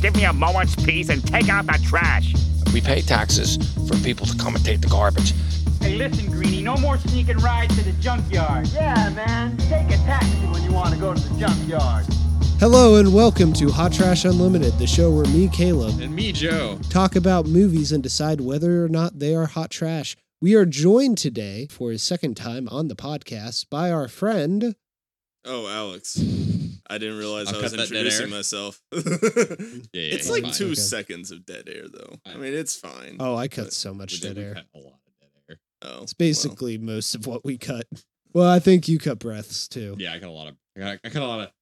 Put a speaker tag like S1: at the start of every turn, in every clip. S1: give me a moment's peace and take out the trash.
S2: We pay taxes for people to come and take the garbage.
S3: Hey, listen, Greenie, no more sneaking rides to the junkyard.
S4: Yeah, man, take a taxi when you want to go to the junkyard.
S5: Hello and welcome to Hot Trash Unlimited, the show where me, Caleb,
S6: And me, Joe.
S5: talk about movies and decide whether or not they are hot trash. We are joined today for his second time on the podcast by our friend.
S7: Oh, Alex. I didn't realize
S6: I'll
S7: I was
S6: cut that dead air.
S7: introducing myself.
S6: Yeah,
S7: it's like
S5: fine.
S7: two
S5: Okay.
S7: seconds of dead air, though. I
S6: Fine.
S7: mean, it's fine.
S5: Oh, I cut so much dead air.
S6: A lot of dead air.
S7: Oh,
S5: It's basically most of what we cut. Well, I think you cut breaths too.
S6: Yeah, I got a lot of. I got, I got a lot of.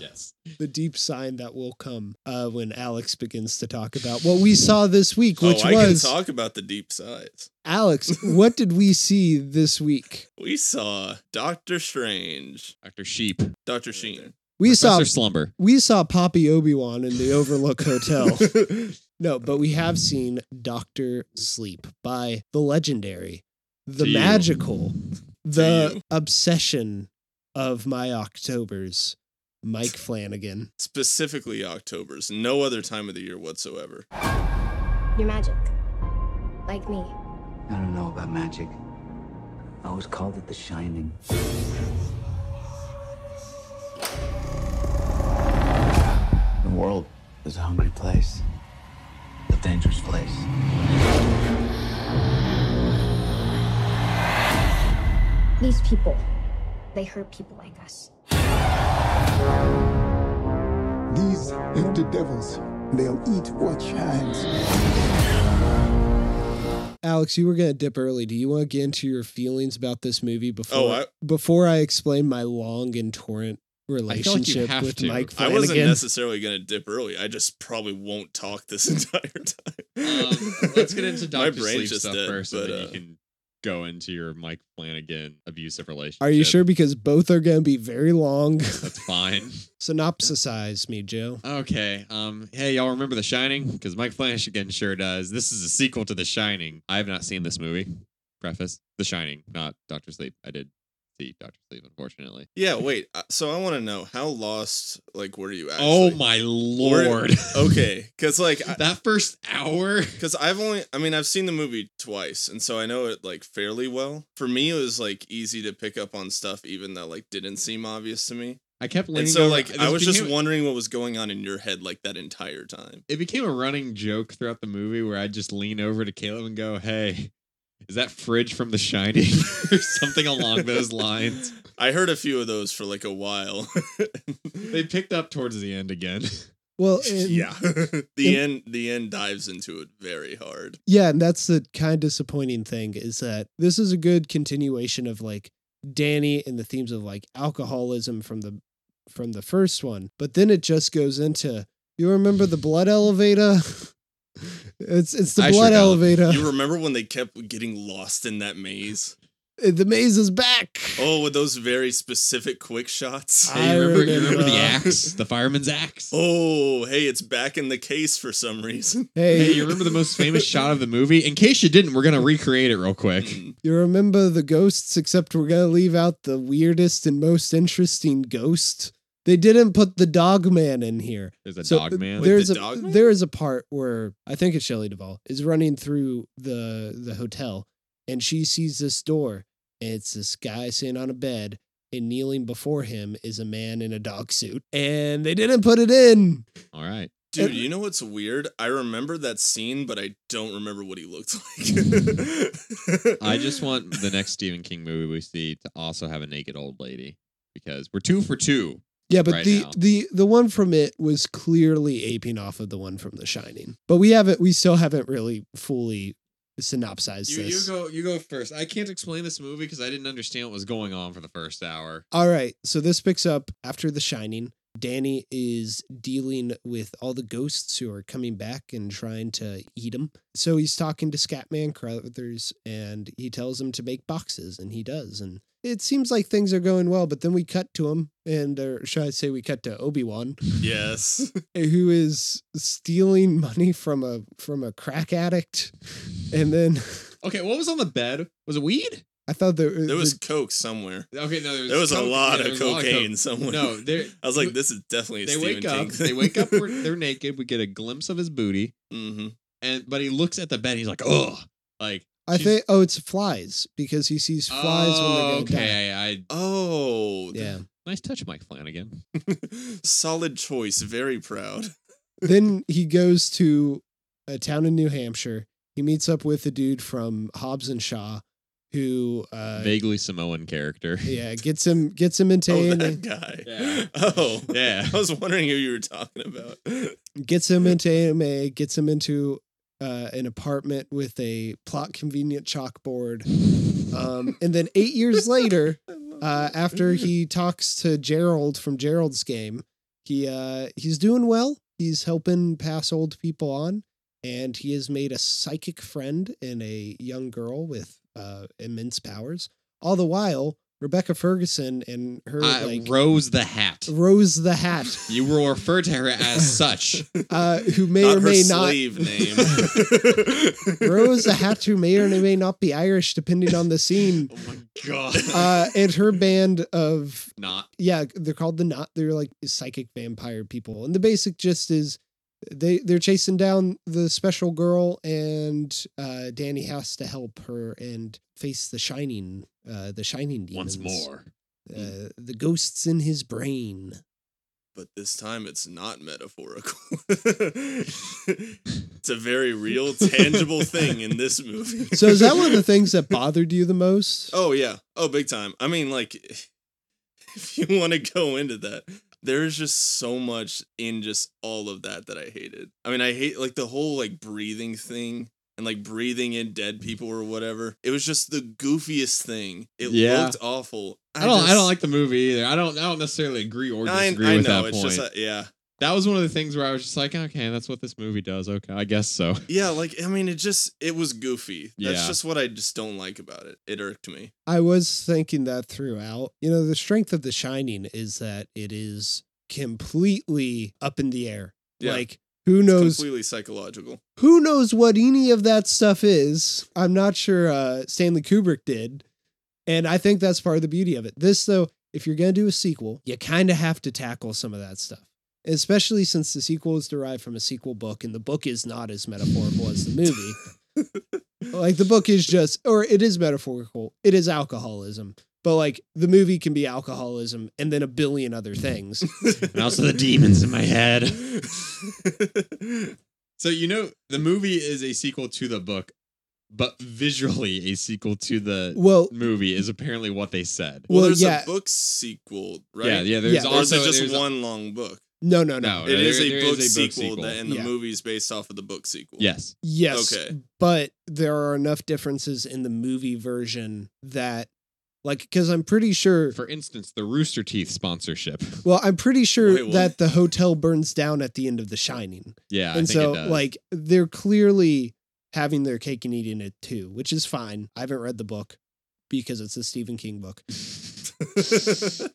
S6: yes.
S5: The deep sign that will come uh, when Alex begins to talk about what we saw this week,
S7: well.
S5: which
S7: oh, I
S5: was
S7: can talk about the deep sides.
S5: Alex. What did we see this week?
S7: We saw Doctor Strange,
S6: Dr. Sheep.
S7: Doctor Sheen.
S5: We saw
S6: Professor Slumber.
S5: we saw Poppy Obi Wan in the Overlook Hotel. No, but we have seen Doctor Sleep by the legendary, the
S6: To you.
S5: magical, the
S7: you.
S5: obsession of my Octobers, Mike Flanagan.
S7: Specifically, October's no other time of the year whatsoever.
S8: You're magic. Like me.
S9: I don't know about magic. I always called it the shining. The world is a hungry place, a dangerous place.
S8: These people, they hurt people like us.
S10: These are the devils. They'll eat what shines.
S5: Alex, you were gonna dip early. Do you want to get into your feelings about this movie before
S7: Oh, I-
S5: before I explain my long and torrent
S6: you
S5: relationship
S6: have
S5: with
S6: to.
S5: Mike
S7: I wasn't
S5: Flanagan?
S7: necessarily going to dip early. I just probably won't talk this entire time.
S6: Um, let's get into
S7: My
S6: Dr.
S7: brain
S6: Sleep
S7: just
S6: stuff
S7: did,
S6: first, and
S7: but,
S6: then
S7: uh,
S6: you can go into your Mike Flanagan abusive relationship.
S5: Are you sure? Because both are gonna be very long.
S6: That's fine.
S5: Synopsisize me, Joe.
S6: Okay. Um. Hey, y'all remember The Shining? Because Mike Flanagan sure does. This is a sequel to The Shining. I have not seen this movie. Preface: The Shining, not Doctor Sleep. I did see Doctor Sleep, unfortunately.
S7: yeah, wait. uh, So I want to know how lost, like, were you actually?
S6: oh my lord!
S7: Okay, because like I-
S6: that first hour.
S7: Because I've only, I mean, I've seen the movie twice, and so I know it like fairly well. For me, it was like easy to pick up on stuff, even that like didn't seem obvious to me.
S6: I kept leaning
S7: And so,
S6: over-
S7: like,
S6: this
S7: I was just
S6: became-
S7: wondering what was going on in your head like that entire time.
S6: It became a running joke throughout the movie where I'd just lean over to Caleb and go, "Hey, is that fridge from The Shining or something along those lines?"
S7: I heard a few of those for like a while.
S6: They picked up towards the end again.
S5: Well, and-
S7: yeah, the end. The end dives into it very hard.
S5: Yeah, and that's the kind of disappointing thing is that this is a good continuation of like Danny and the themes of like alcoholism from the from the first one, but then it just goes into you remember the blood elevator? it's it's the
S6: I sure
S5: blood
S6: don't.
S5: elevator.
S7: You remember when they kept getting lost in that maze?
S5: the maze is back.
S7: Oh, with those very specific quick shots.
S5: I
S6: Hey, you remember, you
S5: remember. uh,
S6: remember the axe, the fireman's axe?
S7: Oh, hey, it's back in the case for some reason.
S5: Hey,
S6: Hey, you remember the most famous shot of the movie? In case you didn't, we're gonna recreate it real quick.
S7: Mm.
S5: you remember the ghosts except we're going to leave out the weirdest and most interesting ghost. They didn't put the dog man in here.
S6: There's a
S5: So,
S6: dog man.
S7: there-
S5: There's
S7: the
S5: a
S7: dog man?
S5: there is a part where I think it's Shelley Duvall is running through the the hotel, and she sees this door, and it's this guy sitting on a bed, and kneeling before him is a man in a dog suit, and they didn't put it in.
S6: All right.
S7: Dude,
S5: And-
S7: you know what's weird? I remember that scene, but I don't remember what he looked like.
S6: I just want the next Stephen King movie we see to also have a naked old lady because we're two for two.
S5: Yeah, but
S6: Right
S5: the
S6: now.
S5: the the one from it was clearly aping off of the one from The Shining, but we haven't we still haven't really fully synopsized this.
S6: go you go first. I can't explain this movie because I didn't understand what was going on for the first hour.
S5: All right. So this picks up after The Shining. Danny is dealing with all the ghosts who are coming back and trying to eat him. So he's talking to Scatman Crothers and he tells him to make boxes, and he does. And it seems like things are going well, but then we cut to him, and or should I say, we cut to Obi Wan,
S7: yes.
S5: who is stealing money from a from a crack addict, and then
S6: Okay, what was on the bed? Was it weed?
S5: I thought there,
S7: There was coke somewhere.
S6: Okay, no, there was,
S7: There was a
S6: coke-
S7: lot
S6: yeah,
S7: of
S6: there was a lot of
S7: cocaine
S6: coke.
S7: somewhere.
S6: No, there.
S7: I was like, this is definitely a
S6: They
S7: Stephen
S6: wake
S7: King
S6: up.
S7: thing.
S6: They wake up. we're- They're naked. We get a glimpse of his booty,
S7: mm-hmm.
S6: and but he looks at the bed. and He's like, oh, like
S5: I
S6: she's-
S5: think oh, it's flies because he sees flies
S6: Oh,
S5: when they're gonna
S6: okay. I, I-
S7: Oh,
S5: die. Yeah.
S6: nice touch, Mike Flanagan.
S7: solid choice. Very proud.
S5: then he goes to a town in New Hampshire. He meets up with a dude from Hobbs and Shaw, who uh,
S6: Vaguely Samoan character.
S5: yeah gets him gets him into
S7: Oh,
S5: A&E
S7: that guy.
S6: Yeah.
S7: Oh,
S6: Yeah.
S7: I was wondering who you were talking about.
S5: gets him into AMA, gets him into uh, an apartment with a plot convenient chalkboard. Um, and then eight years later, uh, after
S7: Mm.
S5: he talks to Gerald from Gerald's game, he uh, he's doing well. He's helping pass old people on, and he has made a psychic friend and a young girl with uh, immense powers. All the while, Rebecca Ferguson and her
S6: I,
S5: like
S6: Rose the Hat.
S5: Rose the Hat,
S6: You will refer to her as such.
S5: uh, who may
S7: Not
S5: or
S7: her
S5: may not
S7: slave name.
S5: Rose Hatu may or may not be Irish, depending on the scene.
S6: oh my god.
S5: Uh, and her band of
S6: Not.
S5: yeah, they're called the Not. They're like psychic vampire people, and the basic gist is they they're chasing down the special girl, and uh, Danny has to help her and face the shining, uh, the shining demons
S6: Once more.
S5: uh, the ghosts in his brain.
S7: but this time it's not metaphorical. it's a very real, tangible thing in this movie.
S5: So is that one of the things that bothered you the most?
S7: Oh yeah. Oh, big time. I mean, like, if you want to go into that, there's just so much in just all of that that I hated. I mean, I hate like the whole like breathing thing and like breathing in dead people or whatever. It was just the goofiest thing. It
S6: Yeah.
S7: looked awful.
S6: I don't. I
S7: just-
S6: don't like the movie either. I don't. I don't necessarily agree or
S7: I,
S6: disagree
S7: I
S6: with
S7: know
S6: that
S7: it's
S6: point.
S7: just uh, yeah
S6: that was one of the things where I was just like, okay, that's what this movie does. Okay, I guess so.
S7: yeah like I mean it just it was goofy that's
S6: Yeah.
S7: just what I just don't like about it it irked me
S5: I was thinking that throughout. You know, the strength of The Shining is that it is completely up in the air.
S7: Yeah.
S5: Like who
S7: it's
S5: knows
S7: completely psychological
S5: who knows what any of that stuff is. I'm not sure uh Stanley Kubrick did. And I think that's part of the beauty of it. This though, if you're going to do a sequel, you kind of have to tackle some of that stuff. Especially since the sequel is derived from a sequel book and the book is not as metaphorical as the movie. like the book is just or it is metaphorical it is alcoholism but like the movie can be alcoholism and then a billion other things
S6: And also the demons in my head. so you know, the movie is a sequel to the book, but visually a sequel to the
S5: well
S6: movie is apparently what they said.
S7: well,
S5: Well,
S7: there's
S5: yeah.
S7: a book sequel right
S6: Yeah, yeah. There's
S5: Yeah.
S7: Or is
S6: also
S7: it just
S6: there's a-
S7: one long book?
S5: no no no,
S6: No,
S7: It is
S6: there-
S7: a,
S6: there
S7: book
S6: is
S7: sequel, That, and the
S5: Yeah.
S7: movie's based off of the book sequel.
S6: Yes.
S5: yes
S7: Okay.
S5: but there are enough differences in the movie version that like because i'm pretty sure
S6: For instance, the Rooster Teeth sponsorship.
S5: well i'm pretty sure
S7: Wait, what?
S5: that the hotel burns down at the end of the shining
S6: Yeah, I
S5: and
S6: think
S5: so
S6: it does.
S5: like they're clearly having their cake and eating it too which is fine i haven't read the book because it's a stephen king book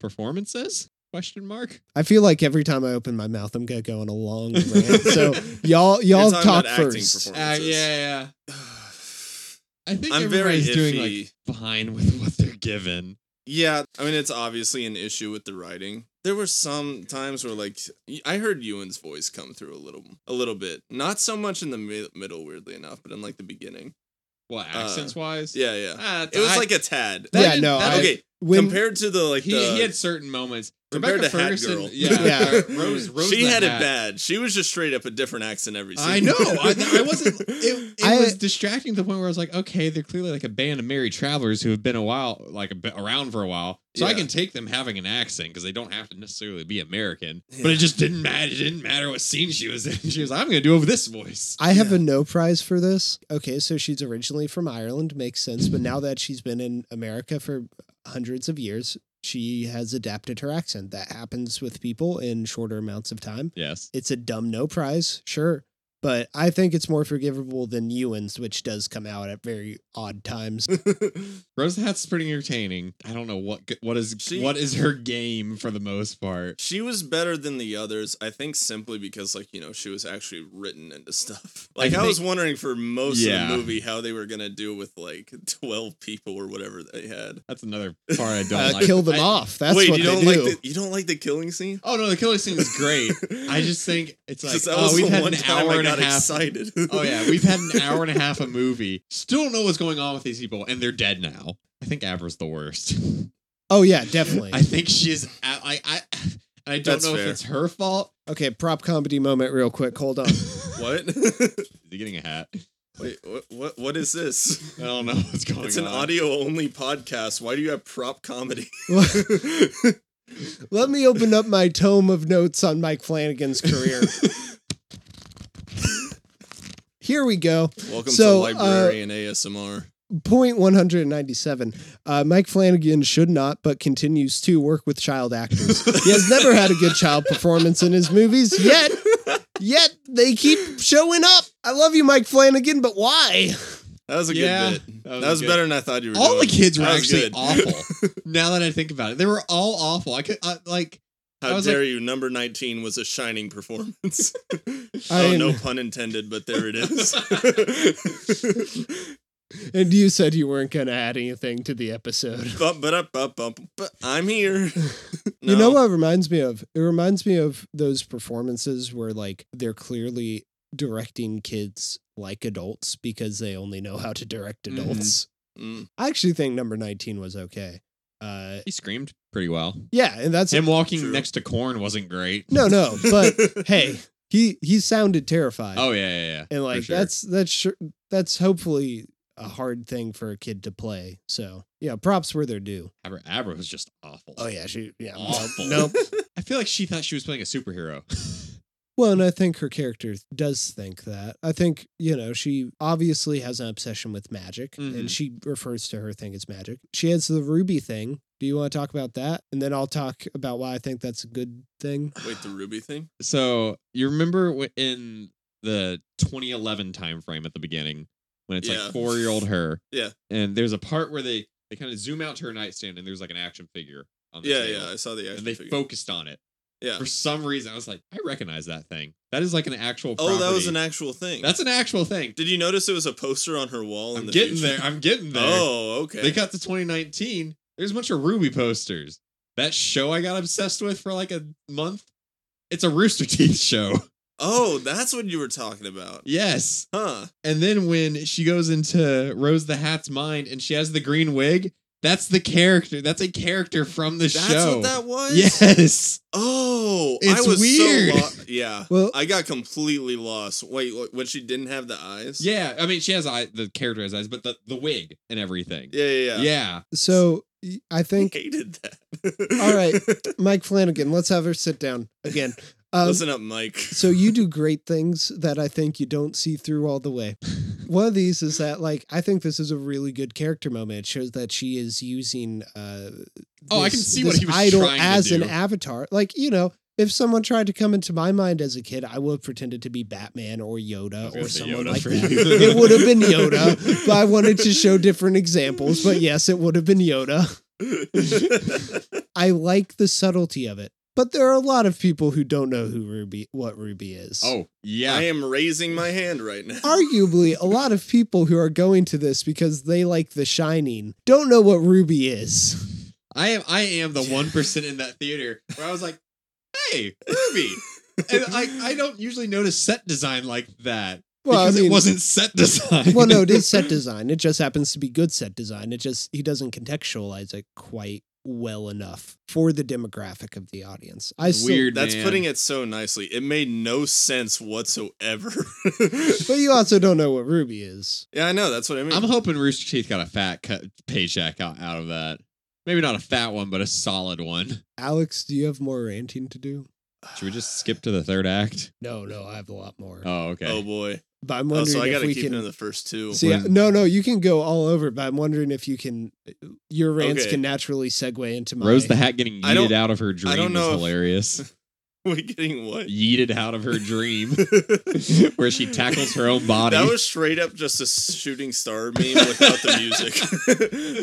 S6: performances? Question mark.
S5: I feel like every time I open my mouth, I'm gonna go on a long rant. So y'all, y'all
S7: talking
S5: talk
S7: about acting
S5: first.
S6: Uh, yeah,
S7: Performances.
S6: yeah. I think
S7: I'm very
S6: everybody's
S7: iffy.
S6: doing like fine with what they're given.
S7: yeah, I mean it's obviously an issue with the writing. There were some times where like I heard Ewan's voice come through a little, a little bit. Not so much in the mi- middle, weirdly enough, but in like the beginning.
S6: What accents wise?
S7: Uh, Yeah, yeah.
S6: Ah,
S7: It was
S6: I-
S7: like a tad.
S6: That
S5: Yeah,
S6: didn't-
S5: no,
S6: that
S5: I-
S6: didn't-
S7: okay,
S5: When
S7: compared to the like
S6: he,
S7: the
S6: he had certain moments.
S7: compared
S6: Rebecca
S7: to
S6: Ferguson,
S7: Hat Girl.
S6: yeah,
S5: Yeah.
S6: uh, Rose, Rose.
S7: she
S6: the
S7: had
S6: Hat.
S7: it bad. She was just straight up a different accent every. Scene.
S6: I know. I, I wasn't. It, it
S5: I-
S6: was distracting to the point where I was like, okay, they're clearly like a band of merry travelers who have been a while, like a bit around for a while. So I
S7: Yeah.
S6: can take them having an accent because they don't have to necessarily be American. But it just didn't matter. It didn't matter what scene she was in. She was, like, I'm gonna do it with this voice.
S5: I have a no prize for this. Okay, so she's originally from Ireland, makes sense. But now that she's been in America for hundreds of years, she has adapted her accent. That happens with people in shorter amounts of time.
S6: Yes.
S5: It's a dumb no prize, sure, But I think it's more forgivable than Ewan's, which does come out at very odd times. Uh,
S6: Rose Hat's pretty entertaining. I don't know what g- what is
S7: She-
S6: what is her game for the most part.
S7: She was better than the others, I think, simply because, like, you know, she was actually written into stuff. Like, I,
S6: I
S7: was
S6: think-
S7: wondering for most of
S6: Yeah.
S7: the movie how they were gonna do with like twelve people or whatever they had.
S6: That's another part I don't
S5: Uh,
S6: like.
S5: kill them
S6: I-
S5: off. That's
S7: Wait,
S5: what
S7: you
S5: they
S7: don't
S5: do.
S7: like the, you don't like the killing scene?
S6: Oh no, the killing scene is great. I just think it's like
S7: Because that was
S6: oh, we've
S7: the
S6: had
S7: one
S6: an
S7: time
S6: hour
S7: I
S6: and
S7: got
S6: a half.
S7: excited.
S6: Oh yeah, we've had an hour and a half of movie. Still don't know what's going on with these people, and they're dead now. I think Avra's the worst.
S5: Oh yeah, definitely.
S6: I think she is. I I I, and I don't
S7: That's
S6: know
S7: fair.
S6: if it's her fault.
S5: Okay, prop comedy moment, real quick. Hold on.
S7: What?
S6: Is he getting a hat?
S7: Wait, what, what? What is this?
S6: I don't know what's going on.
S7: It's an audio only podcast. Why do you have prop comedy?
S5: Let me open up my tome of notes on Mike Flanagan's career. Here we go.
S7: Welcome
S5: So, uh,
S7: to Librarian ASMR.
S5: Point 197. Uh, Mike Flanagan should not, but continues to work with child actors. he has never had a good child performance in his movies, yet, yet they keep showing up. I love you, Mike Flanagan, but why?
S7: That was a
S6: Yeah,
S7: good bit.
S6: that
S7: That was,
S6: was good.
S7: better than I thought you were.
S6: All the
S7: doing.
S6: kids were
S7: That was
S6: actually
S7: good.
S6: awful. Now that I think about it, they were all awful. I could I, like I
S7: How
S6: was
S7: dare
S6: like-
S7: you? Number 19 was a shining performance.
S5: I
S7: oh,
S5: am-
S7: no pun intended, but there it is.
S5: And you said you weren't going to add anything to the episode.
S7: bump, but up, up, bump, but I'm here.
S5: You know
S7: No.
S5: what it reminds me of? It reminds me of those performances where like they're clearly directing kids like adults because they only know how to direct
S6: Mhm.
S5: adults.
S7: Mm.
S5: I actually think number 19 was okay. Uh
S6: he screamed pretty well.
S5: yeah, and that's
S6: Him walking
S7: True.
S6: next to corn wasn't great.
S5: No, no, but hey, he he sounded terrified.
S6: Oh yeah, yeah, yeah.
S5: and
S6: for
S5: like
S6: sure.
S5: that's that's sure, that's hopefully a hard thing for a kid to play. So, yeah, props where they're due.
S6: Abra, Abra was just awful.
S5: Oh yeah, she yeah.
S7: Um,
S5: nope,
S6: Awful.
S5: Nope.
S6: I feel like she thought she was playing a superhero.
S5: Well, and I think her character does think that. I think, you know, she obviously has an obsession with magic and
S6: Mhm.
S5: she refers to her thing as magic. She has the ruby thing. Do you want to talk about that? And then I'll talk about why I think that's a good thing.
S7: Wait, the Ruby thing?
S6: So you remember wh- in the 2011 time frame at the beginning when it's
S7: Yeah.
S6: like four year old her.
S7: Yeah.
S6: And there's a part where they they kind of zoom out to her nightstand and there's like an action figure on the
S7: Yeah,
S6: table.
S7: yeah, I saw the action
S6: and they
S7: figure.
S6: focused on it
S7: yeah.
S6: for some reason. I was like, I recognize that thing. That is like an actual.
S7: Oh, that was
S6: property.
S7: an actual thing.
S6: That's an actual thing.
S7: Did you notice it was a poster on her wall? in
S6: I'm
S7: the
S6: getting
S7: future?
S6: there. I'm getting there.
S7: Oh, okay.
S6: They got to 2019. There's a bunch of Ruby posters. That show I got obsessed with for like a month. It's a Rooster Teeth show.
S7: oh, that's what you were talking about.
S6: Yes.
S7: Huh.
S6: And then when she goes into Rose the Hat's mind and she has the green wig, that's the character. That's a character from the
S7: That's
S6: show.
S7: what that was?
S6: Yes.
S7: Oh,
S6: It's
S7: I was
S6: weird.
S7: so lost. Yeah.
S5: Well-
S7: I got completely lost. Wait, wh- when she didn't have the eyes?
S6: Yeah. I mean, she has eye, the character has eyes, but the, the wig and everything.
S7: Yeah, yeah, yeah.
S6: Yeah.
S5: So I
S7: I
S5: think,
S7: hated that.
S5: all right, Mike Flanagan, let's have her sit down again. Um,
S7: Listen up, Mike.
S5: so you do great things that I think you don't see through all the way. One of these is that, like, I think this is a really good character moment. It shows that she is using. Uh,
S6: Oh, I can see what
S5: this
S6: he was
S5: idol
S6: trying to
S5: as an
S6: do.
S5: avatar. Like, you know, if someone tried to come into my mind as a kid, I would have pretended to be Batman or Yoda
S6: gonna
S5: or
S6: say
S5: someone
S6: Yoda
S5: like
S6: for
S5: that.
S6: you.
S5: it would have been Yoda, but I wanted to show different examples. But yes, it would have been Yoda. I like the subtlety of it. But there are a lot of people who don't know who Ruby what Ruby is.
S6: Oh,
S7: I
S6: yeah.
S7: am raising my hand right now.
S5: Arguably, a lot of people who are going to this because they like The Shining don't know what Ruby is.
S6: I am I am the one percent in that theater where I was like, hey, Ruby. and I, I don't usually notice set design like that.
S5: Well, I
S6: because
S5: mean-
S6: it wasn't set design.
S5: Well, no, it is set design. It just happens to be good set design. It just he doesn't contextualize it quite well enough for the demographic of the audience. I still,
S6: Weird.
S7: That's
S6: man.
S7: putting it so nicely. It made no sense whatsoever.
S5: but you also don't know what Ruby is.
S7: yeah, I know. That's what I mean.
S6: I'm hoping Rooster Teeth got a fat cut paycheck out, out of that. Maybe not a fat one, but a solid one.
S5: Alex, do you have more ranting to do?
S6: Should we just skip to the third act?
S5: No, no, I have a lot more.
S6: Oh,
S7: Oh
S6: okay.
S7: boy!
S5: but I'm
S7: Oh,
S5: wondering
S7: so I
S5: if
S7: gotta
S5: we
S7: keep
S5: can.
S7: it in the first two.
S5: See,
S6: When-
S5: no, no, you can go all over, but I'm wondering if you can. Your rants
S7: Okay.
S5: can naturally segue into my.
S6: Rose the Hat getting
S7: I don't-
S6: yeeted out of her dream
S7: don't
S6: is
S7: know if-
S6: hilarious.
S7: we getting what?
S6: yeeted out of her dream where she tackles her own body.
S7: That was straight up just a shooting star meme without the music.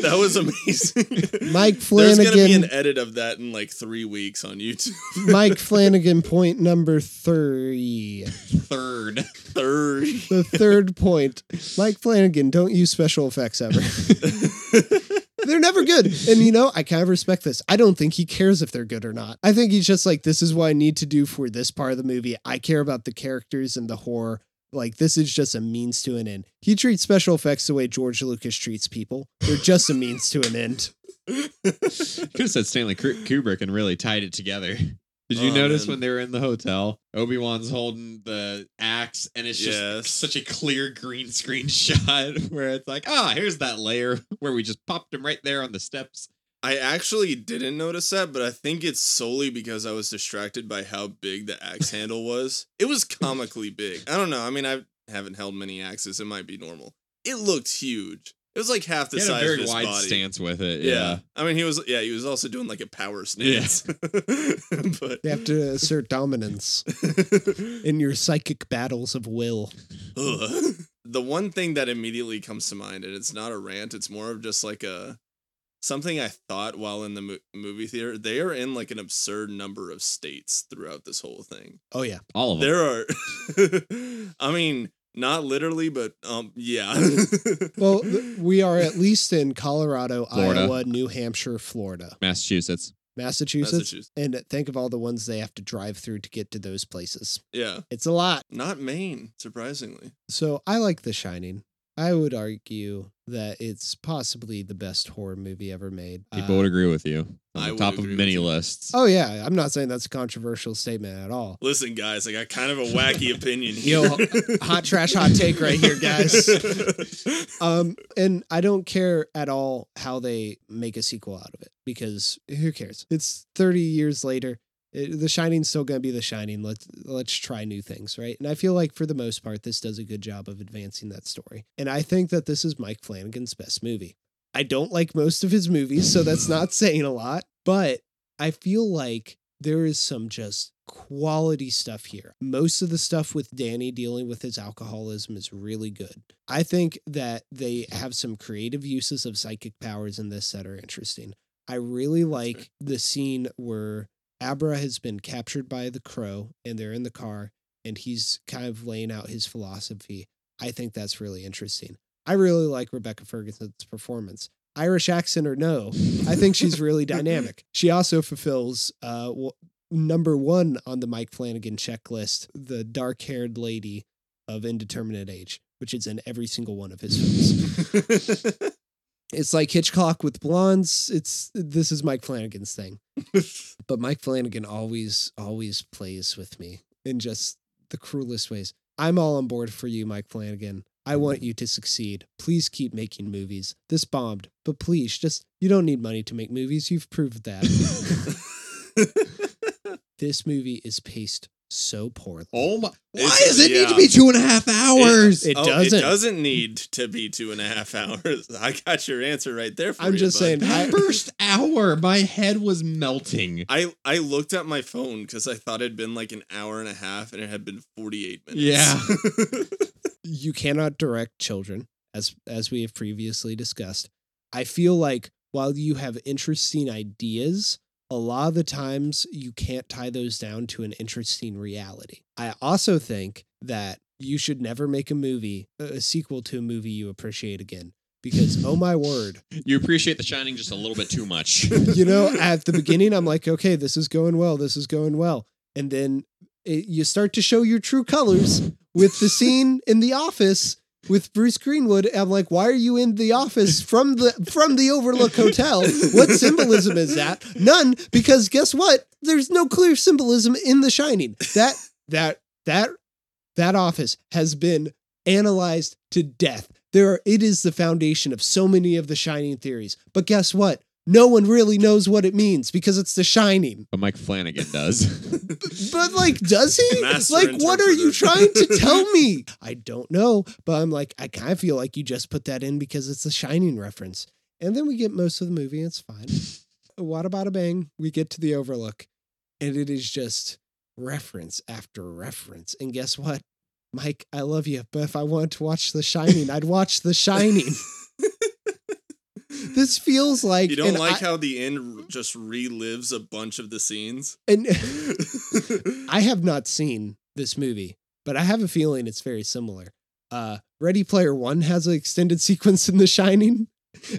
S7: that was amazing.
S5: Mike
S7: There's gonna be an
S5: Flanagan.
S7: edit of that in like three weeks on YouTube.
S5: Mike Flanagan point number three.
S6: third.
S7: Third.
S5: The third point. Mike Flanagan, don't use special effects ever. they're never good. And you know, I kind of respect this. I don't think he cares if they're good or not. I think he's just like, this is what I need to do for this part of the movie. I care about the characters and the horror. Like, this is just a means to an end. He treats special effects the way George Lucas treats people. They're just a means to an end.
S6: Could have said Stanley Kru- Kubrick and really tied it together. Did you
S7: Oh,
S6: notice
S7: man.
S6: when they were in the hotel? Obi Wan's holding the axe, and it's just
S7: Yes.
S6: such a clear green screen shot where it's like, ah, here's that layer where we just popped him right there on the steps.
S7: I actually didn't notice that, but I think it's solely because I was distracted by how big the axe handle was. It was comically big. I don't know. I mean, I haven't held many axes. It might be normal. It looked huge. It was like half the
S6: He had
S7: size
S6: a
S7: of
S6: very
S7: his
S6: wide
S7: body.
S6: stance with it.
S7: Yeah.
S6: Yeah.
S7: I mean, he was, yeah, he was also doing like a power
S6: Yeah.
S7: stance. but
S5: They have to assert dominance in your psychic battles of will.
S7: Ugh. the one thing that immediately comes to mind, and it's not a rant, it's more of just like a something I thought while in the mo- movie theater. They are in like an absurd number of states throughout this whole thing.
S5: Oh, yeah.
S6: All of them.
S7: There are, I mean, not literally, but um, yeah.
S5: Well, th- we are at least in Colorado,
S6: Florida.
S5: Iowa, New Hampshire, Florida,
S6: Massachusetts.
S5: Massachusetts,
S7: Massachusetts.
S5: and think of all the ones they have to drive through to get to those places.
S7: Yeah,
S5: It's a lot.
S7: not Maine, surprisingly.
S5: So I like The Shining. I would argue that it's possibly the best horror movie ever made.
S6: People
S5: Uh,
S6: would agree with you. On
S7: I
S6: the
S7: would
S6: top of
S7: agree with
S6: many
S7: you.
S6: lists.
S5: oh yeah, I'm not saying that's a controversial statement at all.
S7: Listen, guys, I got kind of a wacky opinion here.
S5: Yo, hot trash, hot take right here, guys. Um, and I don't care at all how they make a sequel out of it because who cares? It's 30 years later. It, the Shining's still gonna be The Shining. Let's let's try new things, right? And I feel like for the most part, this does a good job of advancing that story. And I think that this is Mike Flanagan's best movie. I don't like most of his movies, so that's not saying a lot. But I feel like there is some just quality stuff here. Most of the stuff with Danny dealing with his alcoholism is really good. I think that they have some creative uses of psychic powers in this that are interesting. I really like the scene where Abra has been captured by the crow and they're in the car and he's kind of laying out his philosophy. I think that's really interesting. I really like Rebecca Ferguson's performance. Irish accent or no, I think she's really dynamic. She also fulfills uh, w- number one on the Mike Flanagan checklist, the dark haired lady of indeterminate age, which is in every single one of his films. It's like Hitchcock with blondes. It's this is Mike Flanagan's thing. but Mike Flanagan always, always plays with me in just the cruelest ways. I'm all on board for you, Mike Flanagan. I want you to succeed. Please keep making movies. This bombed, but please just you don't need money to make movies. You've proved that. this movie is paced so poorly.
S6: Oh my! Why
S7: It's-
S6: does it need to
S7: yeah.
S6: be two and a half hours?
S5: It
S7: Oh,
S5: doesn't.
S7: It doesn't need to be two and a half hours. I got your answer right there. For
S5: I'm
S7: you,
S5: just
S7: bud.
S5: saying, I-
S6: First hour, my head was melting.
S7: I I looked at my phone because I thought it'd been like an hour and a half, and it had been forty eight minutes.
S6: Yeah.
S5: you cannot direct children as as we have previously discussed i feel like while you have interesting ideas a lot of the times you can't tie those down to an interesting reality i also think that you should never make a movie a sequel to a movie you appreciate again because oh my word
S6: You appreciate The Shining just a little bit too much.
S5: you know, at the beginning, I'm like, okay, this is going well. This is going well. And then it, you start to show your true colors with the scene in the office with Bruce Greenwood. I'm like, why are you in the office from the from the Overlook Hotel? What symbolism is that? None, because guess what? There's no clear symbolism in The Shining. That that that that office has been analyzed to death. There are, it is the foundation of so many of the shining theories. But guess what? No one really knows what it means because it's the shining.
S6: But Mike Flanagan does.
S5: But like, does he?
S7: Master
S5: like, what are you trying
S7: interpreter.
S5: to tell me? I don't know, but I'm like, I kind of feel like you just put that in because it's the shining reference. And then we get most of the movie, and it's fine. What about a bang? We get to the overlook, and it is just reference after reference. And guess what? Mike, I love you, but if I wanted to watch The Shining, I'd watch The Shining. this feels like
S7: you don't
S5: and
S7: like
S5: I,
S7: how the end r- just relives a bunch of the scenes.
S5: and I have not seen this movie, but I have a feeling it's very similar. Uh, Ready Player One has an extended sequence in The Shining,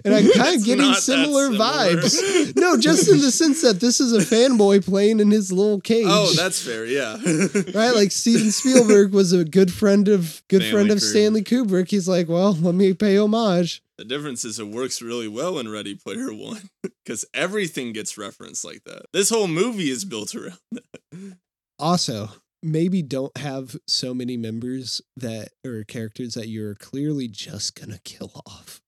S5: and I'm kind
S7: It's
S5: of getting
S7: not that
S5: similar,
S7: similar.
S5: vibes. No, just in the sense that this is a fanboy playing in his little cage.
S7: oh, that's fair. Yeah.
S5: right. Like Steven Spielberg was a good friend of good
S6: Stanley
S5: friend of
S6: Kubrick.
S5: Stanley Kubrick. He's like, well, let me pay homage.
S7: The difference is it works really well in Ready Player One because everything gets referenced like that. This whole movie is built around.
S5: also maybe don't have so many members that or characters that you're clearly just gonna kill off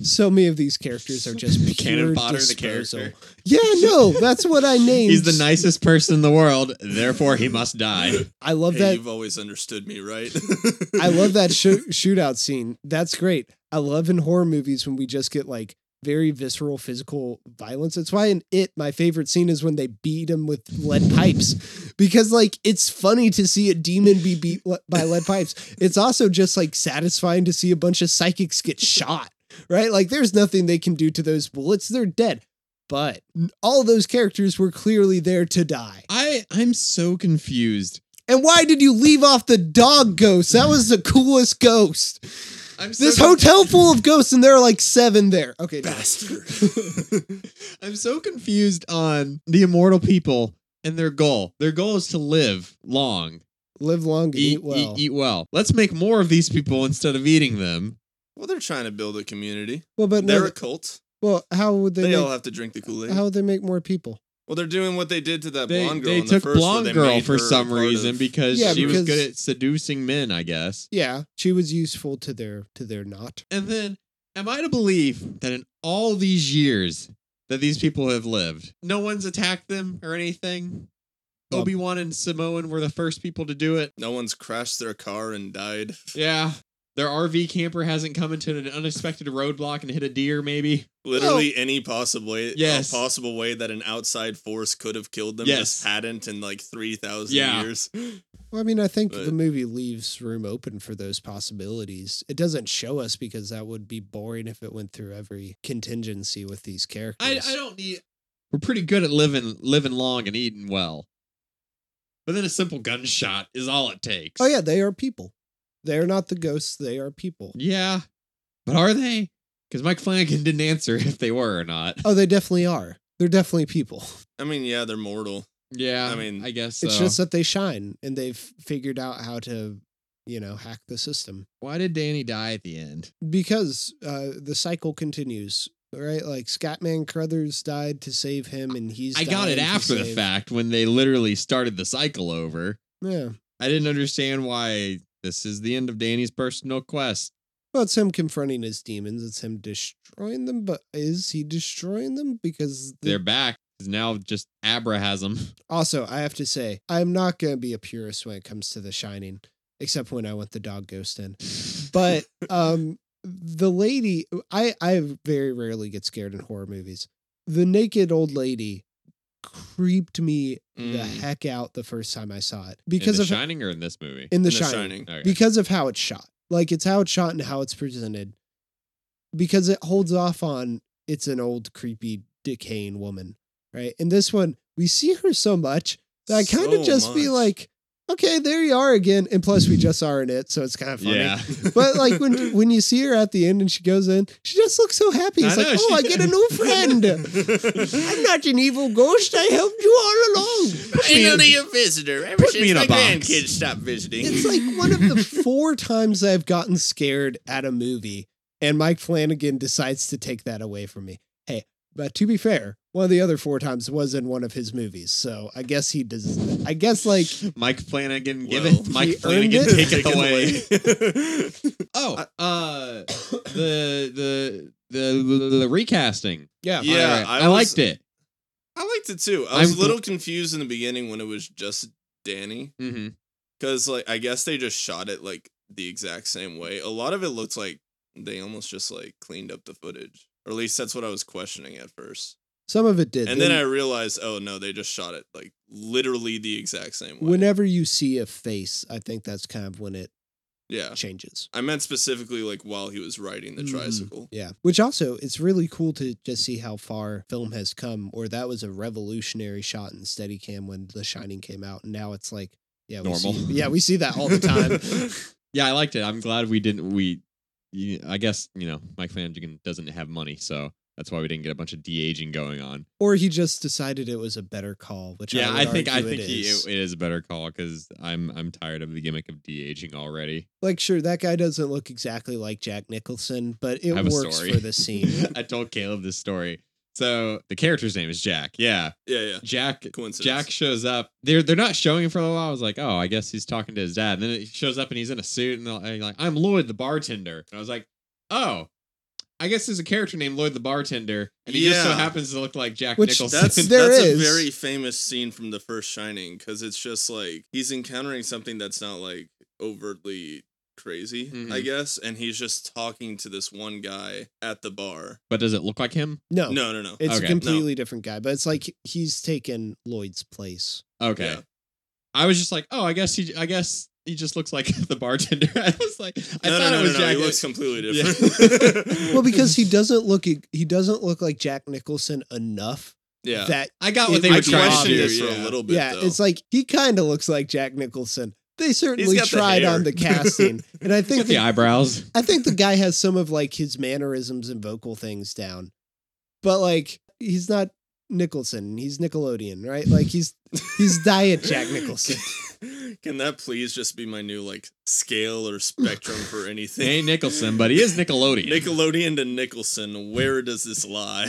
S5: so many of these characters are just pure
S6: Cannon Fodder, the
S5: disposal.
S6: character.
S5: yeah no that's what i named
S6: He's the nicest person in the world, therefore he must die.
S5: i love
S7: Hey,
S5: that
S7: you've always understood me, right?
S5: I love that shoo- shootout scene. That's great. I love in horror movies when we just get like very visceral physical violence. That's why in it, my favorite scene is when they beat him with lead pipes because like it's funny to see a demon be beat le- by lead pipes. It's also just like satisfying to see a bunch of psychics get shot, right? Like there's nothing they can do to those bullets. They're dead. But all those characters were clearly there to die.
S6: I I'm so confused.
S5: And why did you leave off the dog ghost? That was the coolest ghost
S6: I'm so
S5: this
S6: con-
S5: hotel full of ghosts, and there are like seven there. Okay, no.
S7: bastard.
S6: I'm so confused on the immortal people and their goal. Their goal is to live long,
S5: live long
S7: E,
S5: and
S6: eat,
S5: eat well.
S6: eat, eat well. Let's make more of these people instead of eating them.
S7: Well, they're trying to build a community.
S5: Well, but
S7: They're
S5: no,
S7: a cult.
S5: well, how would
S7: They
S5: they?
S7: all
S5: Make,
S7: have to drink the Kool Aid.
S5: how would they make more people?
S7: Well, they're doing what they did to that
S6: They,
S7: blonde girl.
S6: they
S7: in the
S6: took
S7: first, where
S6: blonde
S7: they
S6: girl
S7: made
S6: for
S7: her
S6: some
S7: part
S6: reason
S7: of-
S6: because
S5: Yeah,
S6: she was
S5: because-
S6: good at seducing men, I guess.
S5: Yeah, she was useful to their to their knot.
S6: And then, am I to believe that in all these years that these people have lived, no one's attacked them or anything?
S5: Um,
S6: Obi Wan and Samoan were the first people to do it.
S7: no one's crashed their car and died.
S6: Yeah. Their RV camper hasn't come into an unexpected roadblock and hit a deer, maybe.
S7: Literally any possible way,
S6: Yes.
S7: a possible way that an outside force could have killed them,
S6: Yes.
S7: just hadn't in like three thousand
S6: Yeah.
S7: years.
S5: Well, I mean, I think
S7: But-
S5: the movie leaves room open for those possibilities. It doesn't show us because that would be boring if it went through every contingency with these characters.
S6: I, I don't need. We're pretty good at living living long and eating well. But then a simple gunshot is all it takes.
S5: Oh yeah, they are people. They are not the ghosts. They are people.
S6: Yeah. But are they? Because Mike Flanagan didn't answer if they were or not.
S5: Oh, they definitely are. They're definitely people.
S7: I mean, yeah, they're mortal.
S6: Yeah.
S7: I mean,
S6: I guess so.
S5: It's just that they shine and they've figured out how to, you know, hack the system.
S6: Why did Danny die at the end?
S5: because uh, the cycle continues, right? Like Scatman Crothers died to save him, and he's.
S6: I got it
S5: dying to
S6: after the
S5: save-
S6: fact when they literally started the cycle over.
S5: Yeah,
S6: I didn't understand why this is the end of Danny's personal quest.
S5: well, it's him confronting his demons. It's him destroying them, but is he destroying them? Because the-
S6: They're back. 'cause Now just Abra has them.
S5: also, I have to say, I'm not gonna be a purist when it comes to The Shining, except when I want the dog ghost in. But um, the lady, I I very rarely get scared in horror movies. The naked old lady creeped me the
S7: Mm.
S5: heck out the first time I saw it because
S6: in
S5: of
S6: the Shining or in this movie.
S5: in the,
S7: In The
S5: shining,
S7: Shining.
S6: Okay.
S5: because of how it's shot. Like it's how it's shot and how it's presented because it holds off on it's an old creepy decaying woman, right? In this one, we see her so much that I kind of
S7: So
S5: just be
S7: much.
S5: like, okay, there you are again. And plus, we just saw her in it, so it's kind of funny.
S6: yeah,
S5: But like when when you see her at the end and she goes in, she just looks so happy.
S6: I
S5: It's like,
S6: know,
S5: oh,
S6: she
S5: I
S6: did.
S5: get a new friend. I'm not an evil ghost. I helped you all along.
S6: me in-
S7: only a visitor. Ever
S6: put
S7: since
S6: me in
S7: my
S6: a box.
S7: grandkids stopped visiting.
S5: It's like one of the four times I've gotten scared at a movie, and Mike Flanagan decides to take that away from me. Hey, but to be fair, one of the other four times was in one of his movies, so I guess he does. I guess like
S6: Mike Flanagan, give
S7: Well,
S6: it. Mike
S5: earned
S6: Flanagan,
S5: it.
S6: take it
S7: Taken
S6: away.
S7: away.
S6: Oh, uh, the, the the the recasting.
S5: yeah,
S7: Yeah,
S6: Alright,
S7: I
S6: I,
S7: was-
S6: liked it.
S7: I liked it too. I was
S6: I'm
S7: a little confused in the beginning when it was just Danny.
S6: Mm-hmm.
S7: Because, like, I guess they just shot it, like, the exact same way. A lot of it looked like they almost just, like, cleaned up the footage. Or at least that's what I was questioning at first.
S5: Some of it did.
S7: And then I realized, oh no, they just shot it like literally the exact same way.
S5: whenever you see a face, I think that's kind of when it
S7: yeah.
S5: changes.
S7: I meant specifically like while he was riding the
S5: Mm.
S7: tricycle.
S5: Yeah. Which also, it's really cool to just see how far film has come, or that was a revolutionary shot in Steadicam when The Shining came out. And now it's like, yeah, we
S6: Normal.
S5: See, yeah, we see that all the time.
S6: Yeah, I liked it. I'm glad we didn't. We, you- I guess you know, Mike Flanagan doesn't have money, so that's why we didn't get a bunch of de aging going on.
S5: or he just decided it was a better call, which
S6: yeah,
S5: I,
S6: I think I
S5: argue it
S6: think he,
S5: is.
S6: it, it is a better call because I'm I'm tired of the gimmick of de aging already.
S5: like, sure, that guy doesn't look exactly like Jack Nicholson, but it
S6: I have a
S5: works
S6: story
S5: for the scene.
S6: I told Caleb this story. So the character's name is Jack. Yeah,
S7: Yeah, yeah.
S6: Jack.
S7: Coincidence.
S6: Jack shows up. They're they're not showing him for a little while. I was like, oh, I guess he's talking to his dad. And then he shows up and he's in a suit and they're like, I'm Lloyd the bartender. And I was like, oh, I guess there's a character named Lloyd the bartender, and he just so
S7: Yeah.
S6: happens to look like Jack
S5: Which-
S6: Nicholson.
S7: That's
S5: There
S7: that's
S5: is.
S7: a very famous scene from the first Shining because it's just like he's encountering something that's not like overtly crazy, I
S6: Mhm.
S7: guess, and he's just talking to this one guy at the bar.
S6: but does it look like him?
S5: No,
S7: No, no, no.
S5: it's
S6: Okay.
S5: a completely different guy, but it's like he's taken Lloyd's place.
S6: Okay.
S7: Yeah.
S6: I was just like, oh, I guess he, I guess he just looks like the bartender. I was like, I
S7: no, no,
S6: thought
S7: no,
S6: it was
S7: no, no.
S6: Jack.
S7: He looks completely
S6: Yeah.
S7: different.
S5: Well, because he doesn't look e, he doesn't look like Jack Nicholson enough
S7: yeah,
S5: that
S6: I got
S5: It
S6: what they
S7: I
S6: were
S5: would be
S6: trying to
S7: questioned
S6: do.
S7: this for
S6: yeah.
S7: a little bit.
S5: yeah,
S7: though.
S5: it's like he kind of looks like Jack Nicholson. They certainly
S7: got the
S5: tried
S7: hair.
S5: on the casting, and I think
S6: Got the
S5: the,
S6: eyebrows.
S5: I think the guy has some of like his mannerisms and vocal things down, but like he's not Nicholson. He's Nickelodeon, right? Like he's he's diet Jack Nicholson.
S7: Can that please just be my new like scale or spectrum for anything?
S6: Hey Nicholson, but he is Nickelodeon.
S7: Nickelodeon to Nicholson, where does this lie?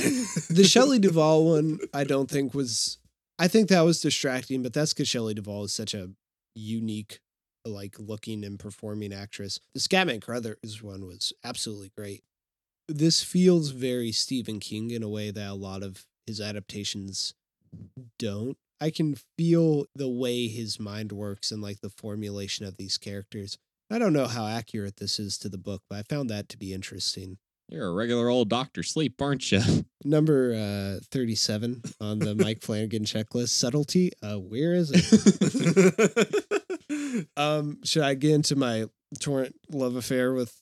S5: The Shelley Duvall one, I don't think was. I think that was distracting, but that's because Shelley Duvall is such a unique, like looking and performing actress. The Scatman Crothers one was absolutely great. This feels very Stephen King in a way that a lot of his adaptations don't. I can feel the way his mind works and like the formulation of these characters. I don't know how accurate this is to the book, but I found that to be interesting
S6: You're a regular old Doctor Sleep, aren't you?
S5: number uh, 37 on the Mike Flanagan checklist subtlety. Uh, where is it? Um, should I get into my torrent love affair with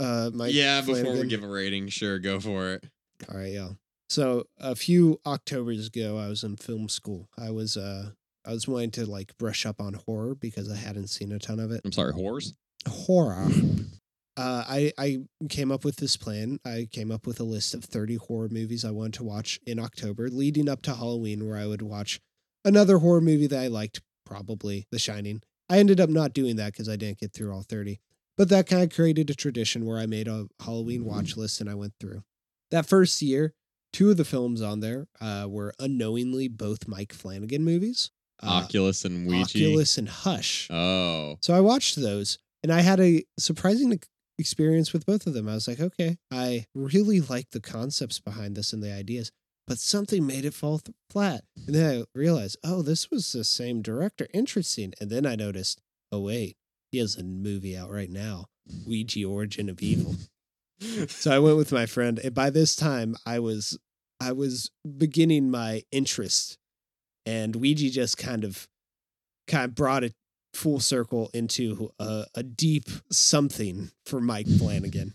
S5: uh, Mike?
S6: yeah, before we
S5: Flanagan?
S6: give a rating, sure, go for it.
S5: All right, y'all. So a few Octobers ago, I was in film school. I was uh, I was wanting to like brush up on horror because I hadn't seen a ton of it.
S6: I'm sorry, whores.
S5: horror. Uh, I I came up with this plan. I came up with a list of 30 horror movies I wanted to watch in October, leading up to Halloween, where I would watch another horror movie that I liked, probably The Shining. I ended up not doing that because I didn't get through all 30. But that kind of created a tradition where I made a Halloween watch list and I went through. That first year, two of the films on there uh, were unknowingly both Mike Flanagan movies, uh,
S6: Oculus and Ouija.
S5: Oculus and Hush.
S6: Oh,
S5: So I watched those and I had a surprising ex- experience with both of them. I was like, okay, I really like the concepts behind this and the ideas, but something made it fall th- flat. And then I realized, oh, this was the same director. Interesting. And then I noticed, oh, wait, he has a movie out right now Ouija Origin of Evil. so I went with my friend. And by this time, I was. I was beginning my interest, and Ouija just kind of, kind of brought it full circle into a, a deep something for Mike Flanagan.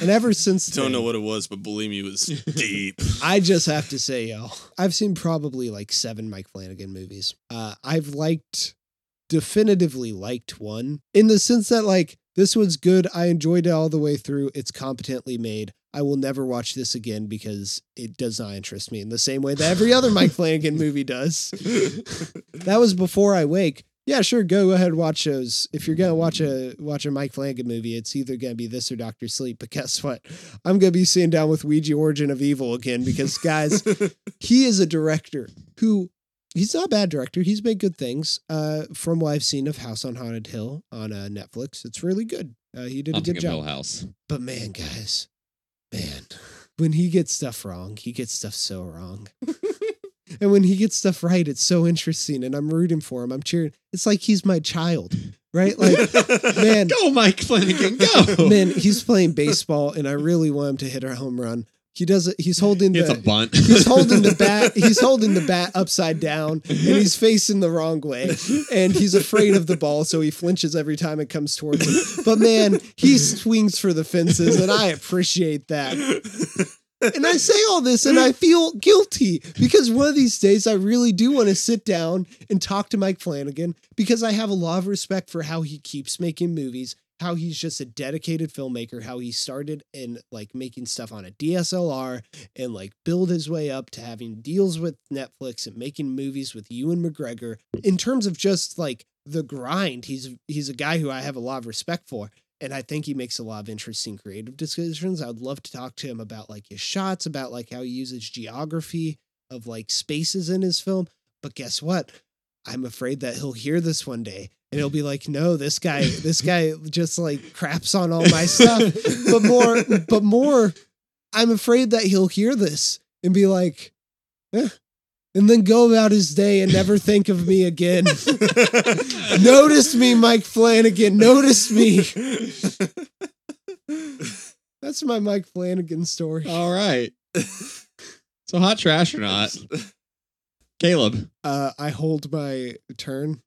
S5: And ever since
S7: Don't know
S5: then,
S7: what it was, but believe me, it was deep.
S5: I just have to say, y'all, I've seen probably like seven Mike Flanagan movies. Uh, I've liked, definitively liked one in the sense that, like, this one's good. I enjoyed it all the way through. It's competently made. I will never watch this again because it does not interest me in the same way that every other Mike Flanagan movie does. that was before I wake. Yeah, sure. Go ahead, watch those. If you're gonna watch a watch a Mike Flanagan movie, it's either gonna be this or Doctor Sleep. But guess what? I'm gonna be sitting down with Ouija Origin of Evil again because guys, he is a director who he's not a bad director. He's made good things. Uh, from what I've seen of House on Haunted Hill on uh, Netflix, it's really good. Uh, he did a
S6: Haunting
S5: good
S6: of
S5: job.
S6: Hill House.
S5: But man, guys, man, when he gets stuff wrong, he gets stuff so wrong. and when he gets stuff right, it's so interesting and I'm rooting for him. I'm cheering. It's like he's my child, right? Like, man,
S6: Go, Mike Flanagan, go.
S5: man, he's playing baseball and I really want him to hit a home run. He does. it. He's holding
S6: It's a
S5: the.
S6: bunt.
S5: He's holding the bat. He's holding the bat upside down, and he's facing the wrong way. And he's afraid of the ball, so he flinches every time it comes towards him. But man, he swings for the fences, and I appreciate that. And I say all this, and I feel guilty because one of these days I really do want to sit down and talk to Mike Flanagan because I have a lot of respect for how he keeps making movies, how he's just a dedicated filmmaker, how he started and like making stuff on a DSLR and like build his way up to having deals with Netflix and making movies with Ewan McGregor. In terms of just like the grind, he's he's a guy who I have a lot of respect for. And I think he makes a lot of interesting creative decisions. I would love to talk to him about like his shots, about like how he uses geography of like spaces in his film. But guess what? I'm afraid that he'll hear this one day and he'll be like, no, this guy, this guy just like craps on all my stuff. But more, but more, I'm afraid that he'll hear this and be like, eh, and then go about his day and never think of me again. notice me, Mike Flanagan. Notice me. That's my Mike Flanagan story.
S6: All right. So hot trash or not, Caleb?
S5: Uh, I hold my turn.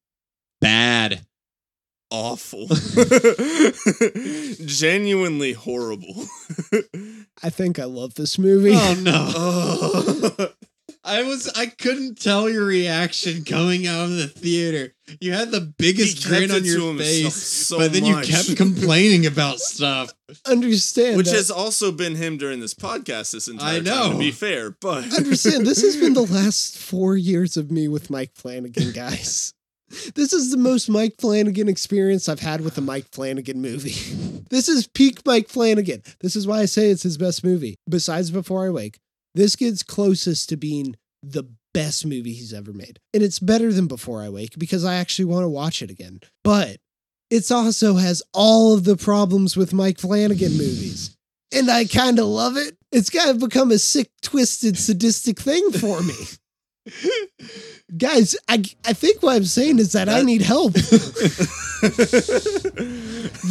S6: Bad.
S7: Awful. Genuinely horrible.
S5: I think I love this movie.
S6: Oh no!
S7: oh.
S6: I was I couldn't tell your reaction coming out of the theater. You had the biggest
S7: He
S6: grin
S7: kept
S6: on
S7: it to
S6: your
S7: himself
S6: face,
S7: so
S6: but then
S7: much.
S6: you kept complaining about stuff.
S5: Understand.
S7: Which
S5: that-
S7: has also been him during this podcast this entire
S6: I
S7: time,
S6: know.
S7: to be fair. But
S5: understand this has been the last four years of me with Mike Flanagan, guys. This is the most Mike Flanagan experience I've had with a Mike Flanagan movie. This is peak Mike Flanagan. This is why I say it's his best movie. Besides Before I Wake, this gets closest to being the best movie he's ever made. And it's better than Before I Wake because I actually want to watch it again. But it also has all of the problems with Mike Flanagan movies. And I kind of love it. It's kind of become a sick, twisted, sadistic thing for me. Guys, I, I think what I'm saying is that I need help.
S6: Welcome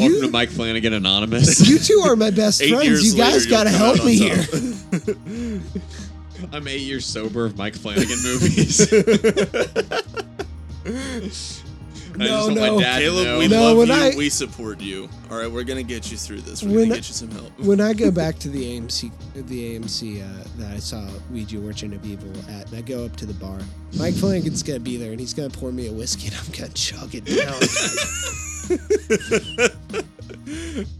S5: you,
S6: to Mike Flanagan Anonymous.
S5: you two are my best
S7: eight
S5: friends.
S7: years
S5: You guys
S7: got
S5: got to help me here.
S6: I'm eight years sober of Mike Flanagan movies. I
S5: No,
S6: just want
S5: no.
S6: my dad to
S7: Caleb,
S6: know.
S7: we
S5: No,
S7: love
S5: when
S7: you.
S5: I-
S7: we support you. All right, we're gonna get you through this. We're
S5: When
S7: gonna
S5: I-
S7: get you some help.
S5: When I go back to the AMC, the AMC uh, that I saw Ouija Orchard of Evil at, and I go up to the bar, Mike Flanagan's gonna be there, and he's gonna pour me a whiskey, and I'm gonna chug it down.